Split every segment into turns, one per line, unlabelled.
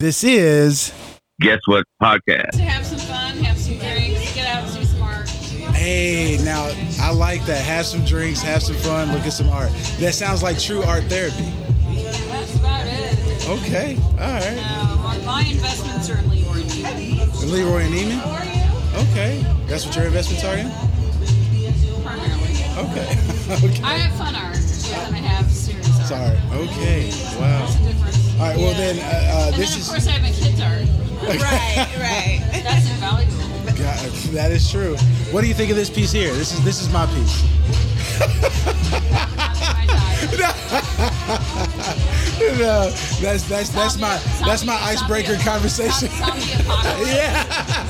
This is
Guess What Podcast.
to have some fun, have some drinks, get out, and do some art.
Hey, now I like that. Have some drinks, have some fun, look at some art. That sounds like true art therapy.
That's about it.
Okay, all right.
Um, our- my investments are in Leroy Jenkins,
And Leroy and Neiman. Okay, that's what your investments are in.
primarily.
Okay, okay.
I have fun art, more than I have serious art.
Sorry. Okay. Wow.
There's a difference.
All right. Well then, uh, uh,
And
this
then, of
is
course, I have my kids' art.
right, right.
That's invaluable.
God, that is true. What do you think of this piece here? This is this is my piece.
My diet.
No, that's that's that's my that's my icebreaker conversation.
Stop the apocalypse.
Yeah.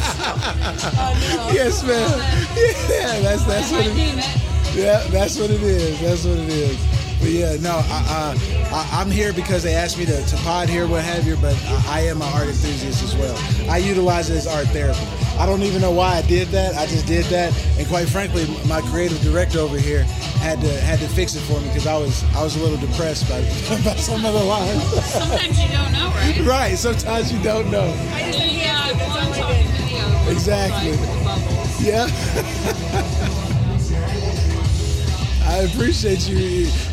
Yes, man. Yeah, that's that's what
I
it
name
is.
it.
Yeah, that's what it is. That's what it is. But yeah, no, I, I, I, I'm here because they asked me to, to pod here, what have you. But I, I am an art enthusiast as well. I utilize it as art therapy. I don't even know why I did that. I just did that, and quite frankly, my creative director over here had to had to fix it for me because I was I was a little depressed by, by some of the lines.
Sometimes you don't know, right?
right. Sometimes you don't know.
Yeah, I want to talk video.
Exactly.
Like, with the bubbles.
Yeah. I appreciate you.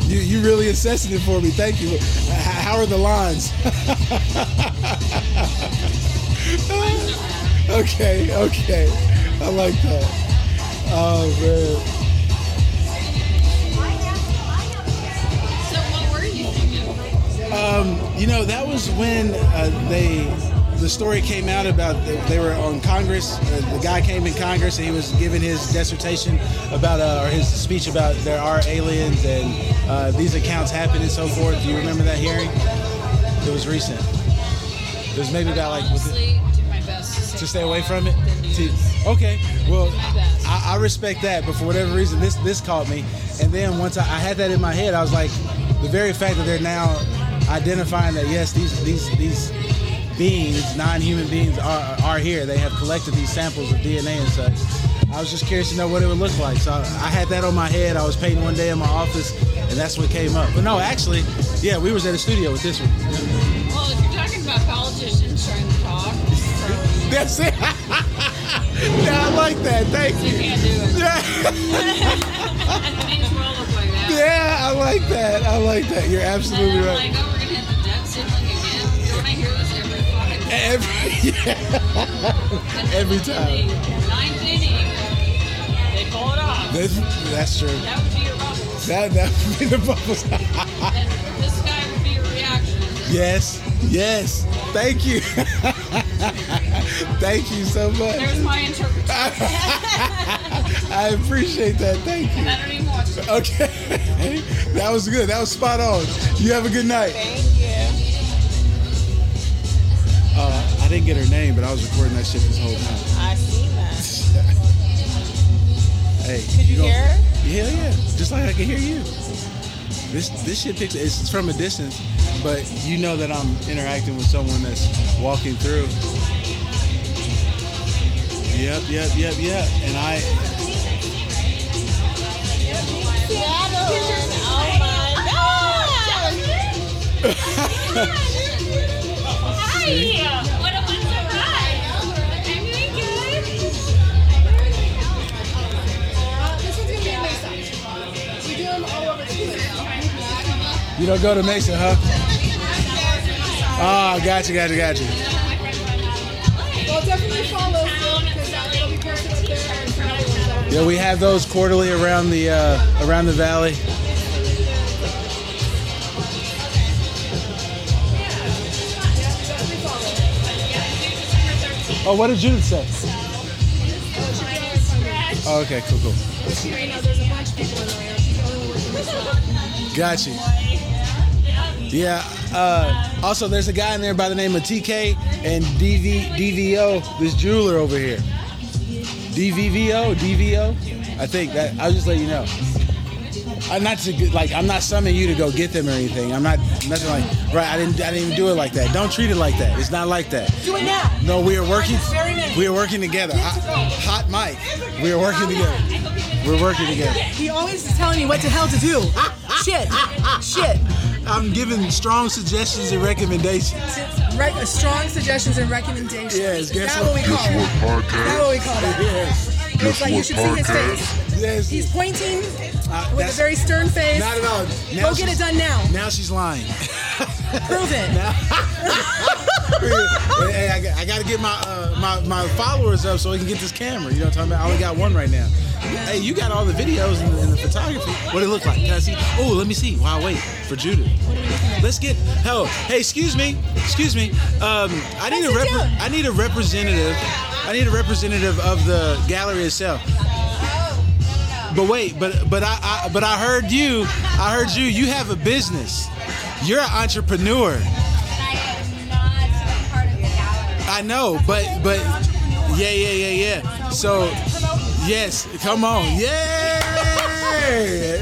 You you really assessing it for me. Thank you. H- How are the lines? okay, okay. I like that. Oh man.
So, what were you thinking?
You know that was when uh, they the story came out about the, they were on Congress. Uh, the guy came in Congress and he was giving his dissertation about uh, or his speech about there are aliens and uh, these accounts happen and so forth. Do you remember that hearing? It was recent. It was maybe about like. within-
Honestly, did my best to stay,
to stay away
off
from it.
the news.
See, okay, well,
My best.
I, I respect that, but for whatever reason, this this caught me. And then once I, I had that in my head, I was like, the very fact that they're now identifying that yes, these these these beings, non-human beings, are are here. They have collected these samples of DNA and such. I was just curious to know what it would look like. So I, I had that on my head. I was painting one day in my office, and that's what came up. But no, actually, yeah, we was at a studio with this one.
Well, if you're talking about politicians trying to talk, you
That's it. yeah, I like that. Thank you.
can't do it.
Yeah.
Things will look like that.
Yeah, I like that. I like that. You're
And
absolutely
I'm
right.
like, oh, we're gonna hit the debt ceiling again. Don't I hear this every fucking
Every
And
E-, every
then
time.
in the Ninth inning, they pull it off.
that's, that's true.
that would be your bubbles.
That that would be the bubbles.
and this guy would be your reaction.
yes, yes. Thank you. Thank you so
There's
much.
my interpretation.
I appreciate that. Thank you.
I don't even watch it.
Okay, that was good. That was spot on. You have a good night.
Thank you.
Uh, I didn't get her name, but I was recording that shit this whole time.
I see that.
Hey,
Could you
gon-
hear her?
Yeah, yeah. Just like I can hear you. This this shit picks it's from a distance, but you know that I'm interacting with someone that's walking through. Yep, yep, yep, yep. And I
Oh my God!
Hi! What a wonderful ride! I'm doing good.
You don't go to Mesa, huh? Oh, gotcha, gotcha, gotcha.
Well, definitely follow because I'll be posted up there and travel with
Yeah, we have those quarterly around the uh, around the valley. Oh, what did Judith say? Oh, okay, cool, cool.
that. You know, there's a bunch of people in there. She's the only one who's
Gotcha. Yeah. Uh, also, there's a guy in there by the name of TK and DV, DVO, this jeweler over here. DVVO, DVO. I think that I'll just let you know. I'm not to get- like I'm not summoning you to go get them or anything. I'm not nothing like right. I didn't I didn't even do it like that. Don't treat it like that. It's not like that.
Do it now.
No, we are working.
This very minute.
We are working together. Hot, hot mic. We are working together. We're working together.
He always is telling me what the hell to do. Shit. Shit.
I'm giving strong suggestions and recommendations.
rec- uh, strong suggestions and recommendations.
Yes,
Is
guess
that what we call
What
it? Is that what
podcast?
we call it?
Yes.
It's like you should see his face.
Yes.
He's pointing
Uh,
with a
that's-
very stern face.
not at all. Now
Go get
she's-
it done now.
Now she's lying.
Prove it.
hey, hey, I, got- I gotta get my, uh, my my followers up so we can get this camera. You know what I'm talking about? I only got one right now. Hey, you got all the videos and the, and the photography. What it look like? Can I see? Oh, let me see. Wow, wait for Judith. Let's get. Hell, hey, excuse me, excuse me. Um, I need a
Sit
rep-
down.
I need a representative. I need a representative of the gallery itself. But wait, but but I, I but I heard you. I heard you. You have a business. You're an entrepreneur. I know, but but yeah, yeah, yeah, yeah. So yes, come on, yeah,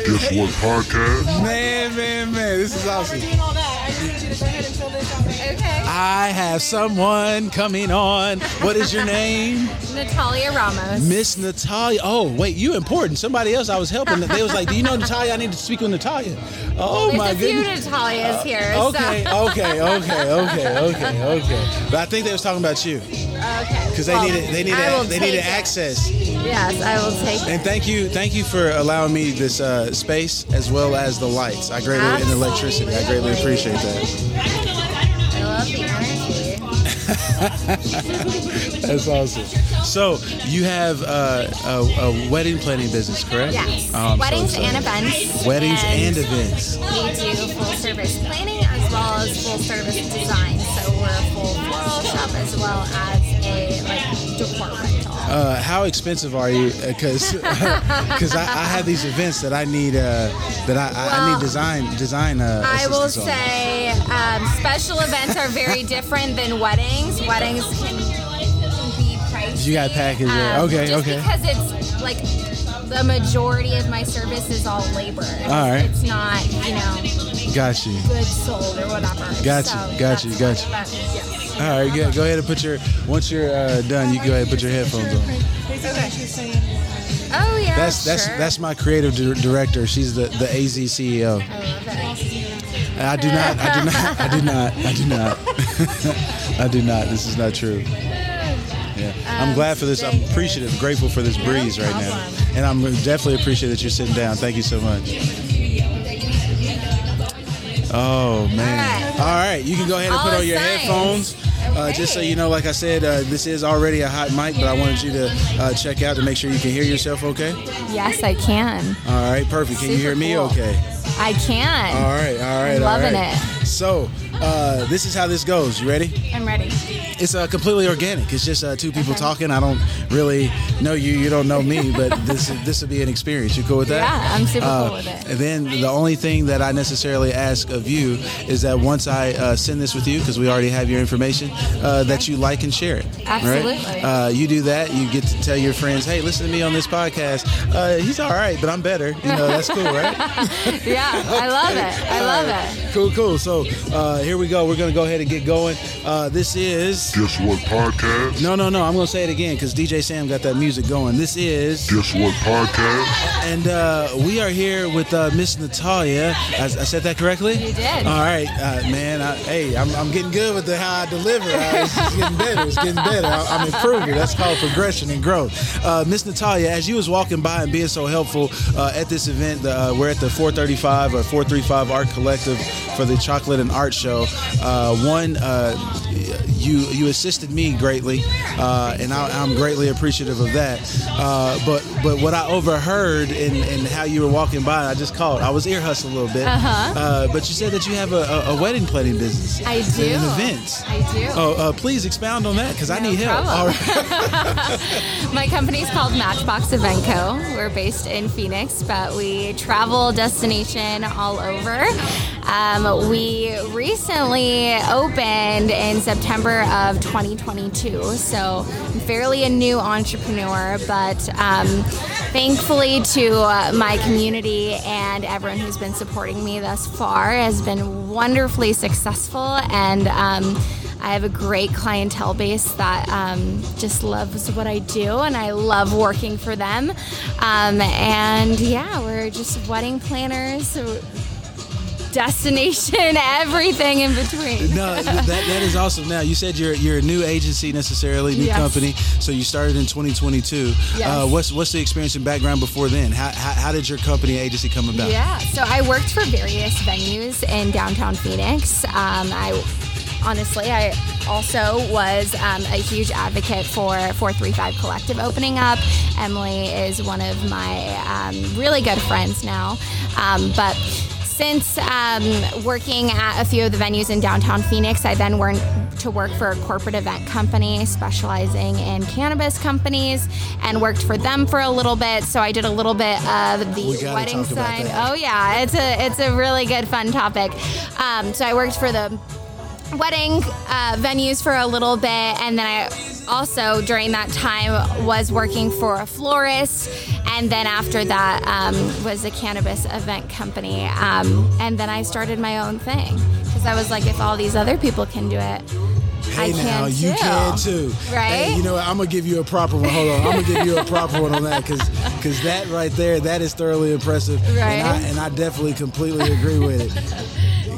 Guess what podcast?
man, man, man, this is awesome.
Doing all that, I just need you to go ahead and fill this out. Okay.
I have someone coming on. What is your name,
Natalia Ramos.
Miss Natalia? Oh, wait, you important. Somebody else I was helping. They was like, do you know Natalia? I need to speak with Natalia. Oh
There's
my
a few
goodness. Uh,
Natalias here.
Okay,
So.
okay, okay, okay, okay, okay. But I think they was talking about you
Okay.
because they
well,
needed they
I will
needed they needed
take it.
access.
Yes, I will take it.
And thank you, thank you for allowing me this uh, space as well as the lights. I greatly and the electricity. I greatly appreciate that.
I love the energy.
That's awesome. So you have uh, a, a wedding planning business, correct?
Yes.
Oh, I'm so
Weddings
excited.
and events.
Weddings and events.
We do full service planning as well as full service design. So we're a full floral shop as well as a like decor rental.
Uh, how expensive are you? Because because I, I have these events that I need uh, that I, I I
Well,
need design design. Uh,
I will
assistance on.
say um, special events are very different than weddings. Weddings can be pricey. um,
You got packaged, yeah. Okay,
just
okay.
Because it's like the majority of my service is all labor.
All right.
It's not, you know,
Got you.
goods sold or whatever.
Got you,
So
got you,
that's
got
why- but, yes.
All right, good. Go ahead and put your once you're uh, done, you go ahead and put your headphones on.
Oh yeah.
That's that's
sure.
that's my creative di- director. She's the the AZ CEO.
I love it.
I do not. I do not. I do not. I do not. I do not. This is not true. Yeah. I'm glad for this. I'm appreciative, grateful for this breeze right now, and I'm definitely appreciate that you're sitting down. Thank you so much. Oh man! All right, you can go ahead and put
All
on your
signs.
headphones. Uh, just so
Okay.
you know, like I said, uh, this is already a hot mic, but I wanted you to uh, check out to make sure you can hear yourself okay.
Yes, I can.
All right, perfect. Can you
Super
hear me
cool.
okay?
I can.
All right, all right,
Loving
all right. it. So, uh, this is how this goes. You ready?
I'm ready.
It's uh, completely organic. It's just uh, two people talking. I don't really know you. You don't know me, but this this will be an experience. You cool with that?
Yeah, I'm super
Uh,
cool with it.
and then the only thing that I necessarily ask of you is that once I uh, send this with you, because we already have your information, uh, that you like and share it. right?
Absolutely.
Uh, you do that, you get to tell your friends, hey, listen to me on this podcast. Uh, he's all right, but I'm better. You know, that's cool, right?
Yeah, I love it. I love it.
Cool, cool. So uh, here we go. We're gonna go ahead and get going. Uh, this is
Guess what podcast?
no, no, no. I'm gonna say it again because DJ Sam got that music going. This is,
Guess what podcast?
and uh, we are here with uh, Miss Natalia. I, I said that correctly. You
did.
All right, uh, man. I, hey, I'm, I'm getting good with the how I deliver. Uh, it's, it's getting better. It's getting better. I, I'm improving. That's called progression and growth. Uh, Miss Natalia, as you was walking by and being so helpful uh, at this event, the, uh, we're at the 435 or 435 Art Collective for the Chocolate and Art Show. Uh, one. Uh, you you assisted me greatly, uh, and I, I'm greatly appreciative of that. Uh, but but what I overheard and and how you were walking by, I just caught. I was ear hustling a little bit. Uh-huh. but you said that you have a, a, a wedding planning business.
I do.
And an events.
I do.
Oh, uh, please expound on that because I need help.
problem.
All right.
My company's called Matchbox Event Co. We're based in Phoenix, but we travel destination all over. Um, we recently opened in September of 2022, so I'm fairly a new entrepreneur, but um, thankfully to uh, my community and everyone who's been supporting me thus far has been wonderfully successful and. Um, I have a great clientele base that um, just loves what I do, and I love working for them. Um, and yeah, we're just wedding planners, destination, everything in between.
No, that, that is awesome. Now you said you're you're a new agency necessarily, new
Yes.
company. So you started in 2022. Uh,
Yes.
what's what's the experience and background before then? How, how, how did your company agency come about?
Yeah, so I worked for various venues in downtown Phoenix. Um, I honestly, I also was um, a huge advocate for 435 Collective opening up. Emily is one of my um, really good friends now, um, but since um, working at a few of the venues in downtown Phoenix, I then went to work for a corporate event company specializing in cannabis companies and worked for them for a little bit. So I did a little bit of
We
the
gotta
wedding
talk about
sign.
that.
Oh yeah, it's a it's a really good fun topic. Um, so I worked for the wedding uh, venues for a little bit and then i also during that time was working for a florist and then after that um, was a cannabis event company um, and then i started my own thing because i was like if all these other people can do it
Hey
I can
now, you
too.
can too.
Right?
Hey, you know what? I'm gonna give you a proper one. Hold on, I'm gonna give you a proper one on that because that right there, that is thoroughly impressive.
Right.
And I, and I definitely completely agree with it.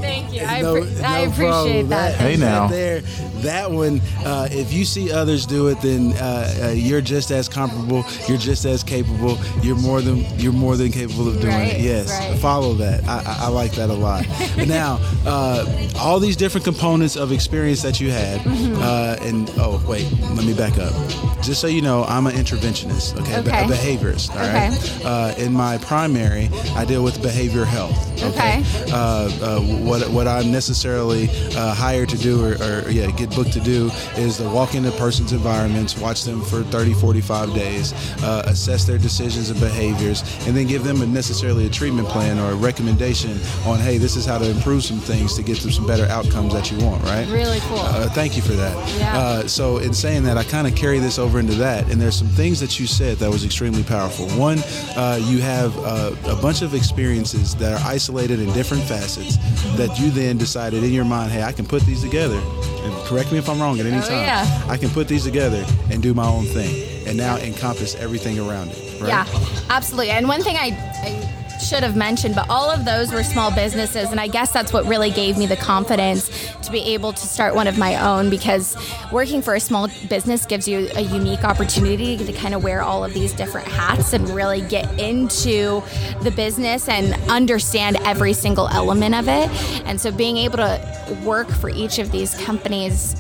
thank you i,
No-
appre- I
no
appreciate
problem.
that,
Hey,
that
now.
there, that one. Uh, if you see others do it, then uh, uh, you're just as comparable. You're just as capable. You're more than you're more than capable of doing
Right,
it. Yes,
right.
follow that. I, I, I like that a lot. now, uh, all these different components of experience that you had,
Mm-hmm.
uh, and oh wait, let me back up. Just so you know, I'm an interventionist. Okay, a be-
Okay.
a behaviorist. All
Okay.
right. Uh, in my primary, I deal with behavior health
Okay.
uh, uh, what what I'm necessarily uh, hired to do or, or yeah get booked to do is to walk into persons' environments, watch them for 30, 45 days, uh, assess their decisions and behaviors, and then give them a necessarily a treatment plan or a recommendation on hey this is how to improve some things to get to some better outcomes that you want right.
really cool
Uh, thank you for that.
Yeah.
Uh, so in saying that, I kind of carry this over into that, and there's some things that you said that was extremely powerful. One, uh, you have uh, a bunch of experiences that are isolated in different facets that you then decided in your mind, hey, I can put these together. And correct me if I'm wrong at any
Oh,
time.
yeah.
I can put these together and do my own thing, and now encompass everything around it. Right?
Yeah, absolutely. And one thing I, I should have mentioned, but all of those were small businesses. And I guess that's what really gave me the confidence to be able to start one of my own because working for a small business gives you a unique opportunity to kind of wear all of these different hats and really get into the business and understand every single element of it. And so being able to work for each of these companies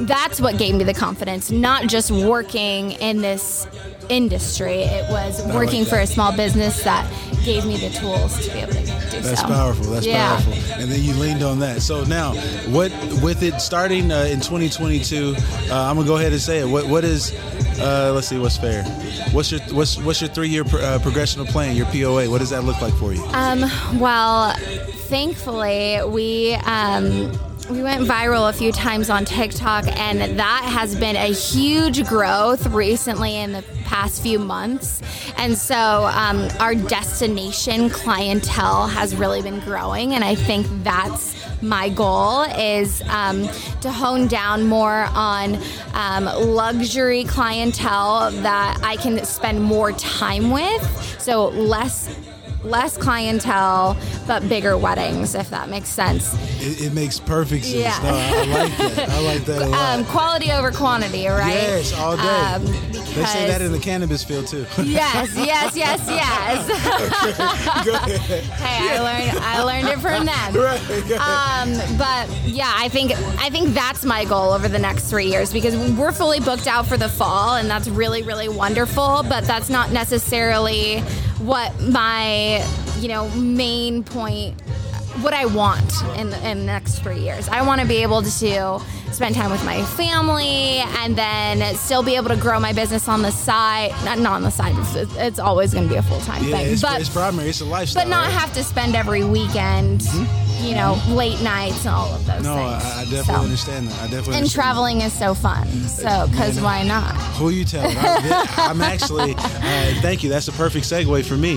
that's what gave me the confidence not just working in this industry it was working for a small business that gave me the tools to be able to do
That's
so
powerful. That's
yeah.
powerful. And then you leaned on that. So now, what with it starting uh, in 2022, uh, I'm gonna go ahead and say it. What what is? Uh, let's see. What's fair? What's your what's what's your three year pr- uh, progressional plan? Your POA. What does that look like for you?
Um, well, thankfully, we um, we went viral a few times on TikTok, and that has been a huge growth recently in the past few months. And so, um, our destination clientele has really been growing, and I think that's my goal is um, to hone down more on um, luxury clientele that I can spend more time with. So less less clientele but bigger weddings if that makes sense
It, it makes perfect sense.
Yeah.
No, I like that. I like that a lot.
um, quality over quantity right
yes, all day.
um,
they say that
because-
in the cannabis field too.
yes yes yes yes hey i learned i learned it from them um, but yeah, I think I think that's my goal over the next three years because we're fully booked out for the fall, and that's really really wonderful. But that's not necessarily what my you know main point. What I want in the, in the next three years, I want to be able to spend time with my family and then still be able to grow my business on the side. Not, not on the side. It's, it's always going to be a full time
yeah,
thing.
it's,
but
it's primary. It's a lifestyle.
but not
right?
have to spend every weekend, you know, late nights and all of those
Mm-hmm. No,
things.
I, I definitely
So-
understand that. I definitely
And
understand that.
traveling is so fun. So, because why not?
Who you tell? I'm, I'm actually. Uh, thank you. That's a perfect segue for me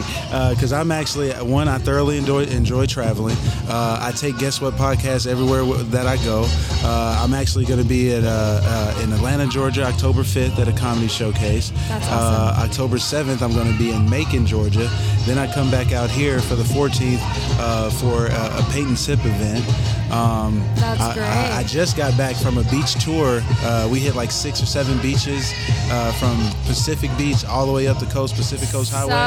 because I'm actually one. I thoroughly enjoy enjoy traveling. Uh, I take guess what podcasts everywhere w- that I go. Uh, I'm actually going to be at uh, uh, in Atlanta, Georgia, October 5th at a comedy showcase.
That's
Uh,
awesome.
October 7th, I'm going to be in Macon, Georgia. Then I come back out here for the 14th uh, for uh, a paint and sip event. Um,
That's
I- I-
great.
I just got back from a beach tour. Uh, we hit like six or seven beaches uh, from Pacific Beach all the way up the coast, Pacific Coast Highway.
So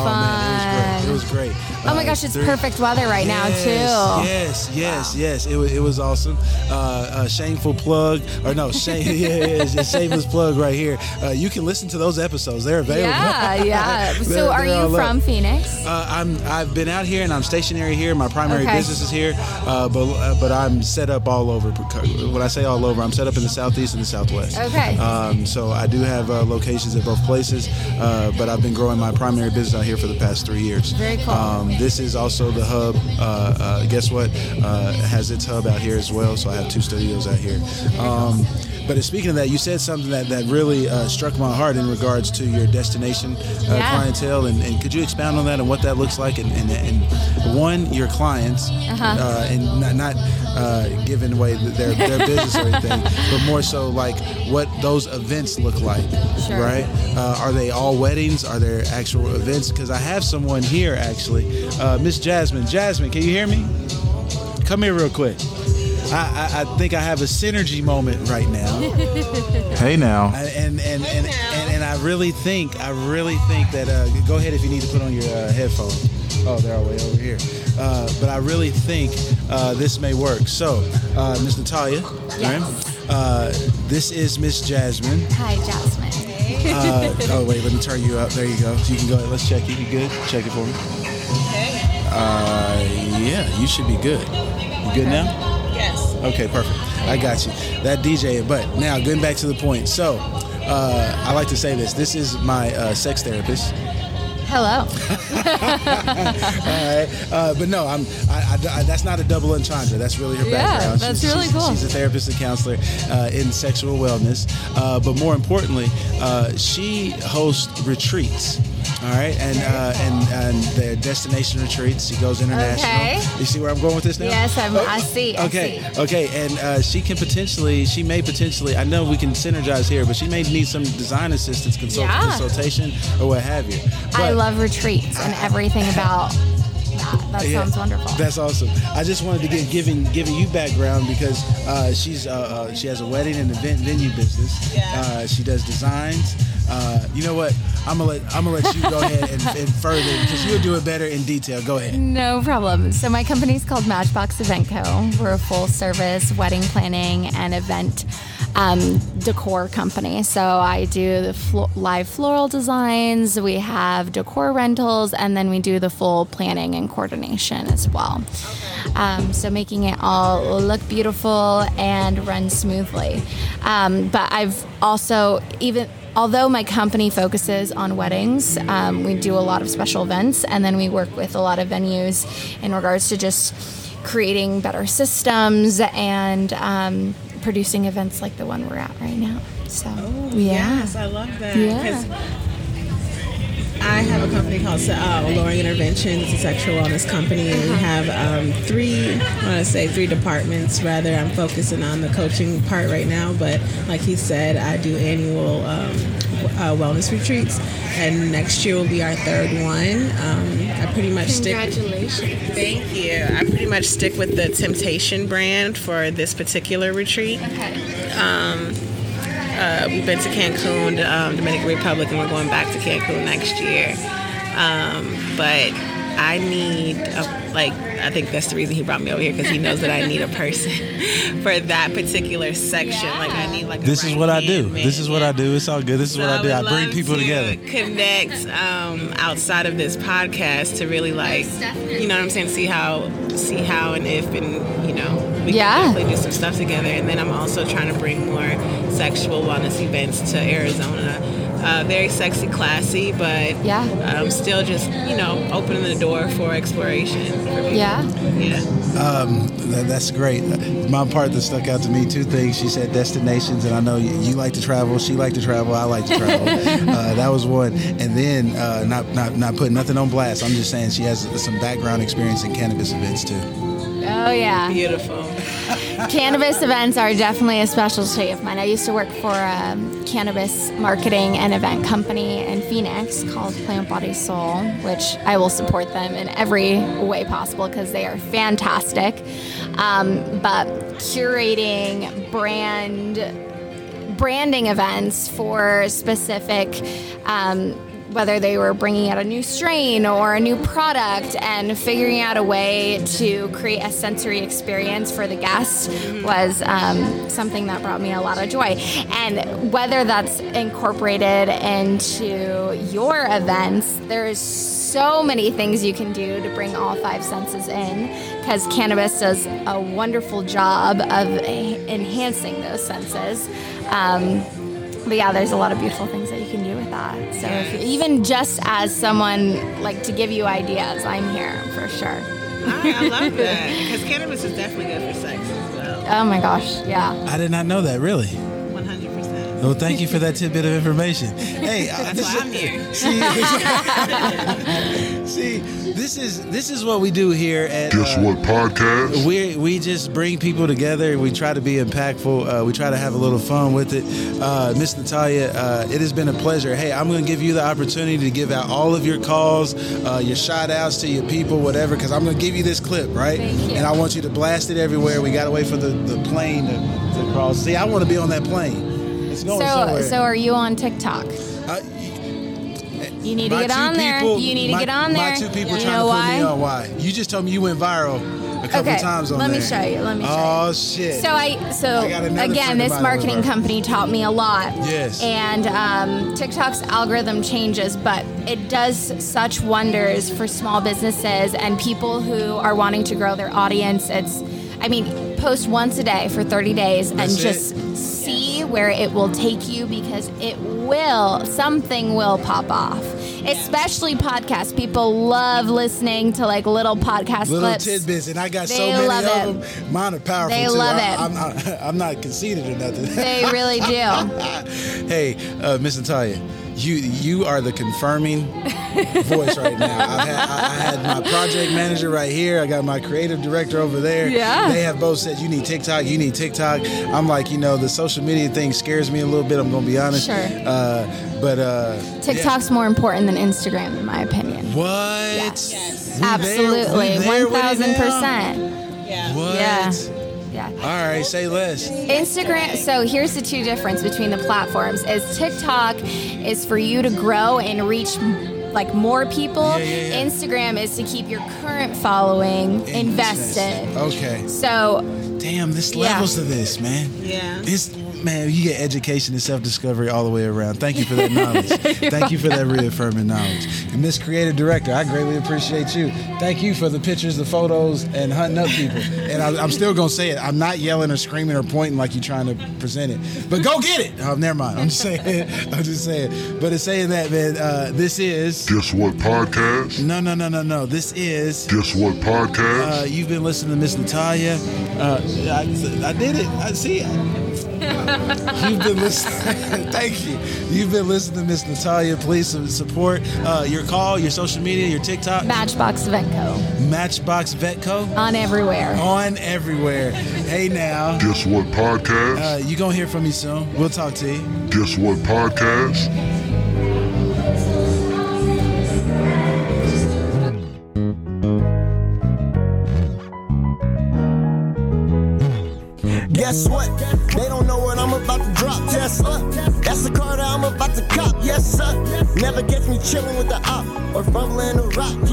Oh man, it was great.
fun.
It was great. Uh,
Oh my gosh, it's
three-
perfect weather right now,
Yes,
too.
Yes, yes, yes. It was it was awesome. Uh, uh, shameful plug or no shame? yeah, yeah, yeah, shameless plug right here. Uh, you can listen to those episodes. They're available.
Yeah, yeah.
They're-
So, are
they're
you
all up.
from Phoenix?
Uh, I'm I've been out here and I'm stationary here. My primary
Okay.
business is here, uh, but uh, but I'm set up all over. uh, When I say all over, I'm set up in the southeast and the southwest.
Okay.
Um, so I do have uh, locations at both places, uh, but I've been growing my primary business out here for the past three years.
Very cool.
Um, this is also the hub. Uh, uh, guess what? Uh, it has its hub out here as well. So I have two studios out here. Um, but speaking of that, you said something that that really uh, struck my heart in regards to your destination uh,
Yeah.
clientele, and, and could you expound on that and what that looks like? And, and, and one, your clients, uh and not, not uh, giving away th- their, their business or anything, but more so like what those events look like,
Sure.
right? Uh, are they all weddings? Are there actual events? Because I have someone here actually, uh, Miss Jasmine. Jasmine, can you hear me? Come here real quick. I, I, I think I have a synergy moment right now.
Hey now.
I- and and and, and and I really think I really think that uh, go ahead if you need to put on your uh, headphones. Oh, they're all way over here. Uh, but I really think uh, this may work. So, uh, Miss Natalia, right? uh, this is Miss Jasmine.
Hi, Jasmine.
Uh, oh wait, let me turn you up. There you go. You can go ahead. Let's check it. You good? Check it for me. Uh, yeah, you should be good. You good now?
Yes.
Okay, perfect. I got you. That DJ. But now, getting back to the point. So, uh, I like to say this. This is my uh, sex therapist.
Hello.
All right. Uh, but no, I'm. I, I- I- that's not a double entendre. That's really her
Yeah,
background.
that's
she's,
really
she's-
cool.
She's a therapist and counselor uh, in sexual wellness. Uh, but more importantly, uh, she hosts retreats. All right, and uh, and and their destination retreats. She goes international.
Okay.
You see where I'm going with this now?
Yes, I'm-
Oh,
I see, I
Okay.
see.
Okay, and uh, she can potentially, she may potentially, I know we can synergize here, but she may need some design assistance, consult-
Yeah.
consultation, or what have you.
I
But-
love retreats and everything about that. That
yeah,
sounds wonderful.
That's awesome. I just wanted to get giving giving you background because uh, she's uh, uh, she has a wedding and event venue business.
Yeah.
Uh, she does designs. Uh, you know what? I'm gonna let I'm gonna let you go ahead and, and further because you'll do it better in detail. Go ahead.
No problem. So my company's called Matchbox Event Co. We're a full service wedding planning and event um, decor company. So I do the flo- live floral designs. We have decor rentals, and then we do the full planning and coordination as well. Um, so making it all look beautiful and run smoothly. Um, but I've also even although my company focuses on weddings, um, we do a lot of special events, and then we work with a lot of venues in regards to just creating better systems and um, producing events like the one we're at right now. So, yeah.
Yes, I love that.
Yeah.
'cause I have a company called uh, Alluring Interventions, a sexual wellness company, and we have um, three, I want to say three departments. Rather, I'm focusing on the coaching part right now, but like he said, I do annual um, w- uh, wellness retreats, and next year will be our third one. Um, I pretty much stick.
Congratulations.
Thank you. I pretty much stick with the Temptation brand for this particular retreat.
Okay.
Uh, we've been to Cancun, um, Dominican Republic, and we're going back to Cancun next year. Um, but I need, a, like, I think that's the reason he brought me over here because he knows that I need a person for that particular section. Like, I need like. a
This is what I do.
right-hand
This is what I
man.
do. It's all good. This is
So
what I do. I
would
bring
love
people
to
together.
Connect um, outside of this podcast to really like, you know what I'm saying? See how, see how, and if, and you know, we
Yeah.
can definitely do some stuff together. And then I'm also trying to bring more sexual wellness events to Arizona. Uh, very sexy, classy, but
Yeah.
um, still just you know opening the door for exploration. For people.
Yeah.
yeah.
Um, tha- that's great. My part that stuck out to me, two things. She said destinations, and I know you, you like to travel. She like to travel. I like to travel. uh, that was one. And then uh, not not not putting nothing on blast. I'm just saying she has some background experience in cannabis events too.
Oh yeah.
Beautiful.
Cannabis events are definitely a specialty of mine. I used to work for a cannabis marketing and event company in Phoenix called Plant Body Soul, which I will support them in every way possible because they are fantastic. Um, but curating brand branding events for specific, um, whether they were bringing out a new strain or a new product, and figuring out a way to create a sensory experience for the guest was um, something that brought me a lot of joy. And whether that's incorporated into your events, there's so many things you can do to bring all five senses in because cannabis does a wonderful job of en- enhancing those senses. Um, but yeah, there's a lot of beautiful things that you can do with that. So if, even just as someone like to give you ideas, I'm here for sure.
I, I love that because cannabis is definitely good for sex as well.
Oh my gosh, yeah.
I did not know that really.
One hundred percent.
Well, thank you for that tidbit of information. Hey, uh,
That's
this
why
is-
I'm here.
See, this is this is what we do here at.
Guess
uh,
what podcast?
We we just bring people together. We try to be impactful. Uh, we try to have a little fun with it. Uh, Miss Natalia, uh, it has been a pleasure. Hey, I'm going to give you the opportunity to give out all of your calls, uh, your shout outs to your people, whatever, because I'm going to give you this clip, right?
Thank you.
And I want you to blast it everywhere. We got to wait for the, the plane to, to cross. See, I want to be on that plane. It's going
So
somewhere.
so are you on TikTok?
Uh,
You need to
my
get
two
on there.
people-
You need to
my-
get on there.
My two people
you
trying to
know
put
why?
me on. Why? You just told me you went viral a couple
Okay,
times on
let me
there.
show you, let me show
oh, shit.
So I so
I got another
again,
friend of
this
mine
marketing
over.
company taught me a lot.
Yes.
And um, TikTok's algorithm changes, but it does such wonders for small businesses and people who are wanting to grow their audience. It's, I mean, post once a day for 30 days
That's
and
it.
just see where it will take you because it will something will pop off. Especially podcasts. People love listening to like little podcast
Little
clips.
tidbits, and I got so
They
many
love
of them. Mine are powerful
They
too.
love
I,
it.
I'm, not, I'm not conceited or nothing.
They really do.
hey, uh, Miss Natalia, you you are the confirming voice right now. I've had, I, I had my project manager right here. I got my creative director over there.
Yeah.
They have both said you need TikTok. You need TikTok. I'm like, you know, the social media thing scares me a little bit. I'm gonna be honest.
Sure.
Uh, but uh,
TikTok's more important than Instagram, in my opinion.
yeah. what?
Yes.
We there-
Absolutely,
we there with it
one
now?
thousand percent.
Yeah.
What?
Yeah. Yeah.
All right, say less.
Instagram. So here's the two difference between the platforms: is TikTok is for you to grow and reach like more people.
Yeah, yeah, yeah.
Instagram is to keep your current following invested.
Okay.
So
Damn, this
Yeah.
levels to this, man.
Yeah.
It's man, you get education and self-discovery all the way around. Thank you for that knowledge. Thank you for that reaffirming knowledge. And Miss Creative Director, I greatly appreciate you. Thank you for the pictures, the photos, and hunting up people. And I, I'm still gonna say it. I'm not yelling or screaming or pointing like you're trying to present it. But go get it. Oh, never mind. I'm just saying. I'm just saying. But in saying that, man, uh, this is
Guess what podcast?
no, no, no, no, no. This is
Guess what podcast?
uh, you've been listening to Miss Natalia. Uh, I, I did it. I see. It. You've been listening. Thank you. You've been listening to Miss Natalia. Please su- support uh, your call, your social media, your TikTok,
Matchbox Eventco
Matchbox Vetco
on everywhere.
on everywhere. Hey now,
Guess what podcast?
uh, you gonna hear from me soon. We'll talk to you.
Guess what podcast?
Guess what? They don't know what I'm about to drop. Yes, sir. That's the car that I'm about to cop. Yes, sir. Never gets me chilling with the op or fumbling a rock.